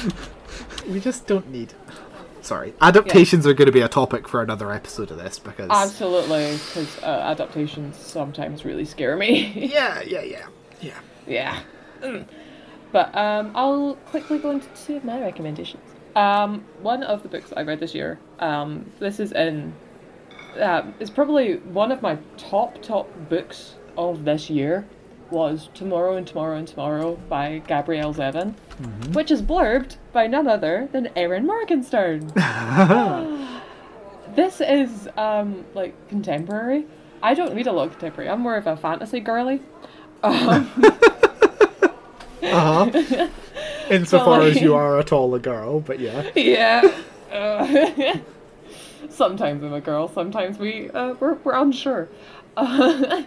B: we just don't need sorry adaptations are going to be a topic for another episode of this because
A: Absolutely, because uh, adaptations sometimes really scare me.
B: yeah yeah yeah yeah
A: yeah. Mm. But um, I'll quickly go into two of my recommendations. Um, one of the books that I read this year, um, this is in, um, it's probably one of my top, top books of this year, was Tomorrow and Tomorrow and Tomorrow by Gabrielle Zevin, which is blurbed by none other than Erin Morgenstern. Ah. This is um, like contemporary. I don't read a lot of contemporary. I'm more of a fantasy girly. Um,
B: uh-huh insofar as you
A: like-
B: are at all a girl but yeah
A: yeah. Uh, sometimes I'm a girl. Sometimes we uh, we're, we're unsure. um,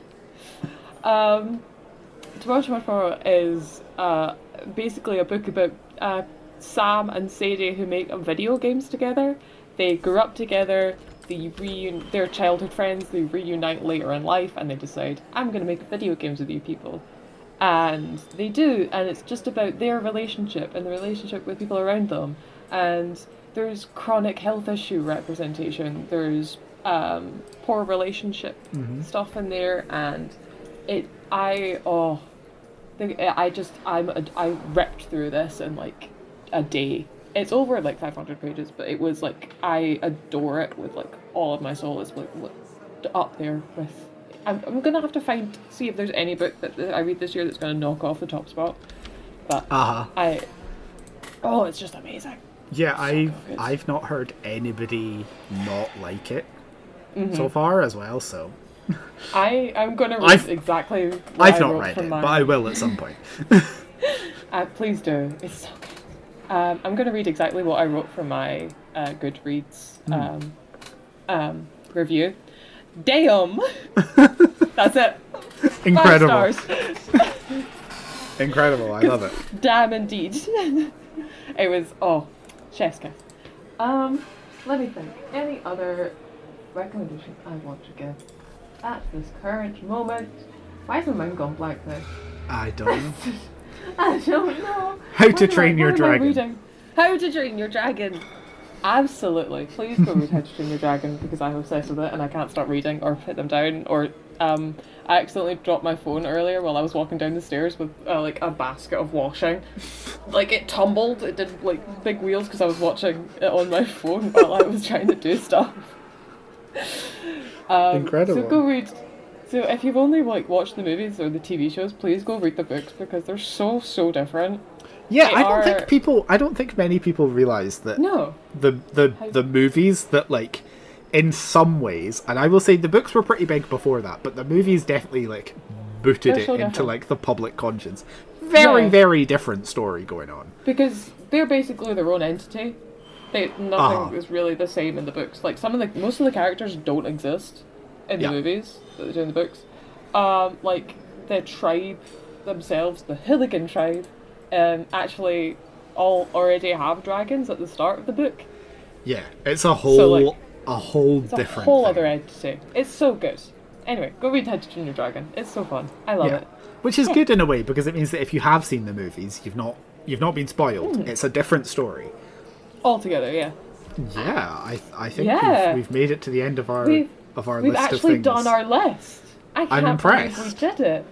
A: Tomorrow Tomorrow Tomorrow is uh, basically a book about uh, Sam and Sadie who make video games together. They grew up together. They reun- they're childhood friends. They reunite later in life, and they decide, "I'm going to make video games with you people." and they do and it's just about their relationship and the relationship with people around them and there's chronic health issue representation there's um, poor relationship stuff in there and it i oh the- i just i'm a, i ripped through this in like a day it's over like 500 pages but it was like i adore it with like all of my soul it's like what- up there with I'm, I'm gonna have to find see if there's any book that, that I read this year that's gonna knock off the top spot. But
B: uh-huh
A: I, oh, it's just amazing.
B: Yeah, I've
A: good.
B: I've not heard anybody not like it
A: Mm-hmm.
B: so far as well. So
A: I am gonna read
B: I've-
A: exactly. What
B: I've
A: I
B: not
A: wrote
B: read
A: from
B: it,
A: mine.
B: but I will at some point.
A: Uh, please do. It's so good. Um, I'm going to read exactly what I wrote for my uh, Goodreads um, um, review. Damn! That's it. Five
B: Incredible,
A: stars.
B: incredible. I love it.
A: Damn indeed. it was, oh, chef's kiss. Um, let me think. Any other recommendations I want to give at this current moment? Why has my mind gone blank now?
B: I don't know.
A: I don't know.
B: How to
A: What am I-
B: Train
A: what
B: Your
A: am I
B: Dragon.
A: reading? How to Train Your Dragon. Absolutely. Please go read How to Train Your Dragon because I'm obsessed with it and I can't stop reading or put them down or um, I accidentally dropped my phone earlier while I was walking down the stairs with uh, like a basket of washing. Like it tumbled, it did like big wheels because I was watching it on my phone while I was trying to do stuff. Um,
B: Incredible.
A: So go read. So if you've only like watched the movies or the TV shows, please go read the books because they're so so different.
B: Yeah,
A: They
B: I don't
A: are-
B: think people. I don't think many people realize that
A: No,
B: the the the movies that like in some ways, and I will say the books were pretty big before that, but the movies definitely like booted
A: They're
B: it
A: so
B: into
A: different.
B: like the public conscience. Very
A: Yeah.
B: very different story going on.
A: because they're basically their own entity. They nothing
B: Uh-huh.
A: is really the same in the books. Like some of the most of the characters don't exist in the
B: Yeah.
A: movies that they do in the books. Um, like the tribe themselves, the Hilligan tribe, um, actually all already have dragons at the start of the book.
B: Yeah, it's a whole
A: like,
B: a whole
A: It's a
B: different
A: whole
B: thing.
A: other entity. It's so good. Anyway, go read Hedge Junior Dragon. It's so fun. I love
B: Yeah.
A: it.
B: Which is good in a way because it means that if you have seen the movies, you've not you've not been spoiled.
A: Hmm.
B: It's a different story.
A: All together, yeah.
B: Yeah, I I think
A: Yeah.
B: we've, we've made it to the end of our
A: We've-
B: of our
A: We've
B: list
A: actually
B: of things.
A: done our list. I can't
B: impressed.
A: believe we did it.
B: It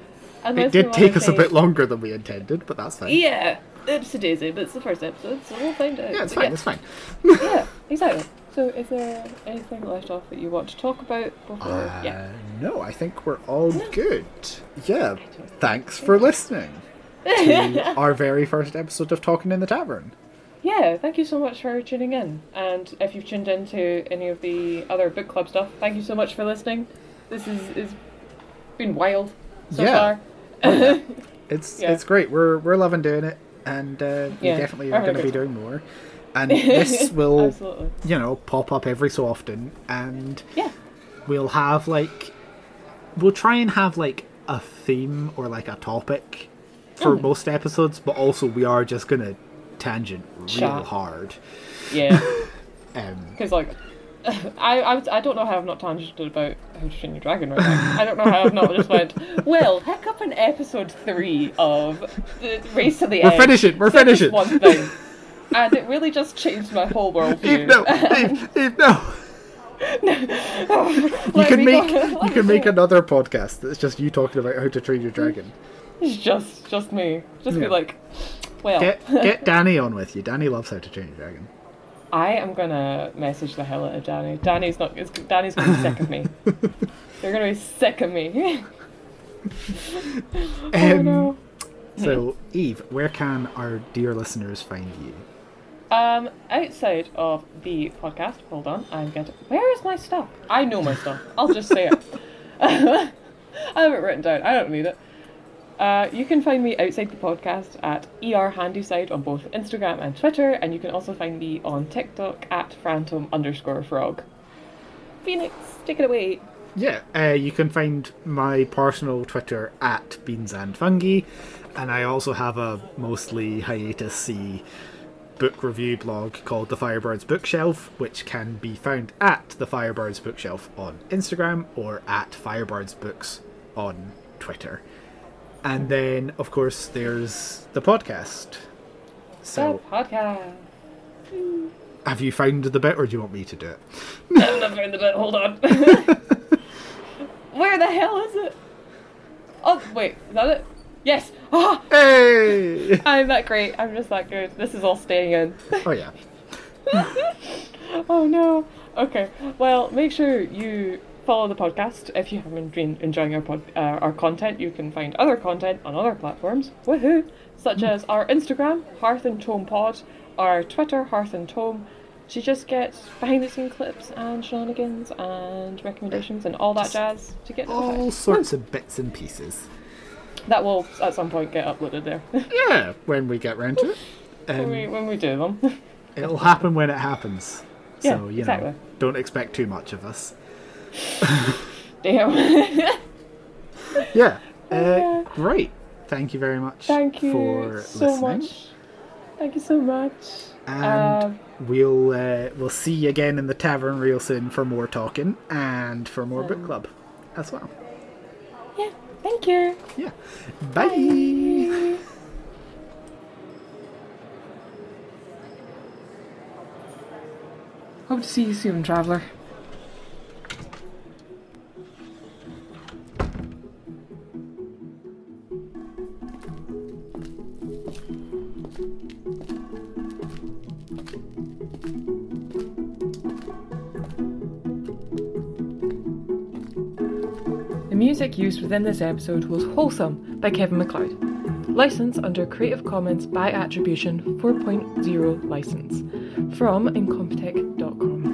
A: Unless we
B: did
A: wanna
B: take us a
A: say-
B: bit longer than we intended, but that's fine.
A: Yeah. Oopsie daisy, but it's the first episode, so we'll find out.
B: Yeah, it's
A: But
B: fine. It's fine.
A: Yeah, yeah, exactly. So is there anything left off that you want to talk about before
B: Uh,
A: Yeah.
B: No, I think we're all good. Yeah. Thanks for listening to our very first episode of Talking in the Tavern.
A: Yeah, thank you so much for tuning in. And if you've tuned into any of the other book club stuff, thank you so much for listening. This is is been wild so
B: Yeah.
A: far.
B: It's
A: Yeah.
B: it's great. We're we're loving doing it, and uh, we
A: Yeah,
B: definitely
A: we're
B: are going
A: having
B: to
A: a
B: be
A: good
B: doing more. And this will,
A: Absolutely.
B: you know, pop up every so often, and
A: Yeah.
B: we'll have like we'll try and have like a theme or like a topic for
A: Hmm.
B: most episodes, but also we are just going to tangent real
A: Chat.
B: hard.
A: Yeah.
B: Um,
A: Because like, I, I was- I don't know how I've not tangented about How to Train Your Dragon right now. I don't know how I've not just went. Well, pick up in episode three of the Race to the
B: We're
A: End.
B: finishing, we're
A: said this
B: finishing.
A: One thing, and it really just changed my whole
B: Eve,
A: worldview.
B: no, Eve, Eve, no. You can make you can make another podcast that's just you talking about how to train your dragon.
A: It's just just me. Just
B: Yeah.
A: be like, well,
B: Get get Danny on with you. Danny loves how to train your dragon.
A: I am gonna message the hell out of Danny. Danny's not. is- Danny's gonna be sick of me. They're gonna be sick of me.
B: Um,
A: oh no.
B: So Eve, where can our dear listeners find you?
A: Um, outside of the podcast, hold on, I'm going to. Where is my stuff? I know my stuff. I'll just say it. I have it written down. I don't need it. Uh, you can find me outside the podcast at ER Handyside on both Instagram and Twitter, and you can also find me on TikTok at phantom underscore frog. Phoenix, take it away.
B: Yeah, uh, you can find my personal Twitter at beans and fungi, and I also have a mostly hiatus book review blog called the Firebirds Bookshelf, which can be found at the Firebirds Bookshelf on Instagram or at Firebirds Books on Twitter. And then, of course, there's the podcast. So,
A: The podcast.
B: have you found the bit, or do you want me to do it?
A: I've not found the bit. Hold on. Where the hell is it? Oh wait, is that it? Yes. Ah,
B: Hey!
A: I'm that great. I'm just that good. This is all staying in.
B: oh yeah.
A: oh no. Okay. Well, make sure you follow the podcast if you haven't been enjoying our pod- uh, our content. You can find other content on other platforms. Woohoo! Such as our Instagram, Hearth and Tome Pod, our Twitter, Hearth and Tome. To just get behind the scene clips and shenanigans and recommendations and all that jazz to get
B: All
A: notified.
B: sorts of bits and pieces.
A: that will at some point get uploaded there
B: Yeah, when we get round to it.
A: when,
B: Um,
A: we, when we do them.
B: It'll happen when it happens.
A: Yeah,
B: so, you
A: exactly.
B: know, don't expect too much of us.
A: Damn.
B: Yeah.
A: Oh, Yeah.
B: Uh, great. Thank you very much
A: Thank you
B: for
A: so
B: listening.
A: much. Thank you so much.
B: And
A: Um,
B: we'll uh, we'll see you again in the tavern real soon for more talking and for more book club as well.
A: yeah, thank you.
B: Yeah. Bye.
A: Hope to see you soon, traveler. music used within this episode was Wholesome by Kevin McLeod. Licensed under Creative Commons by Attribution 4.0 license from incompetech.com.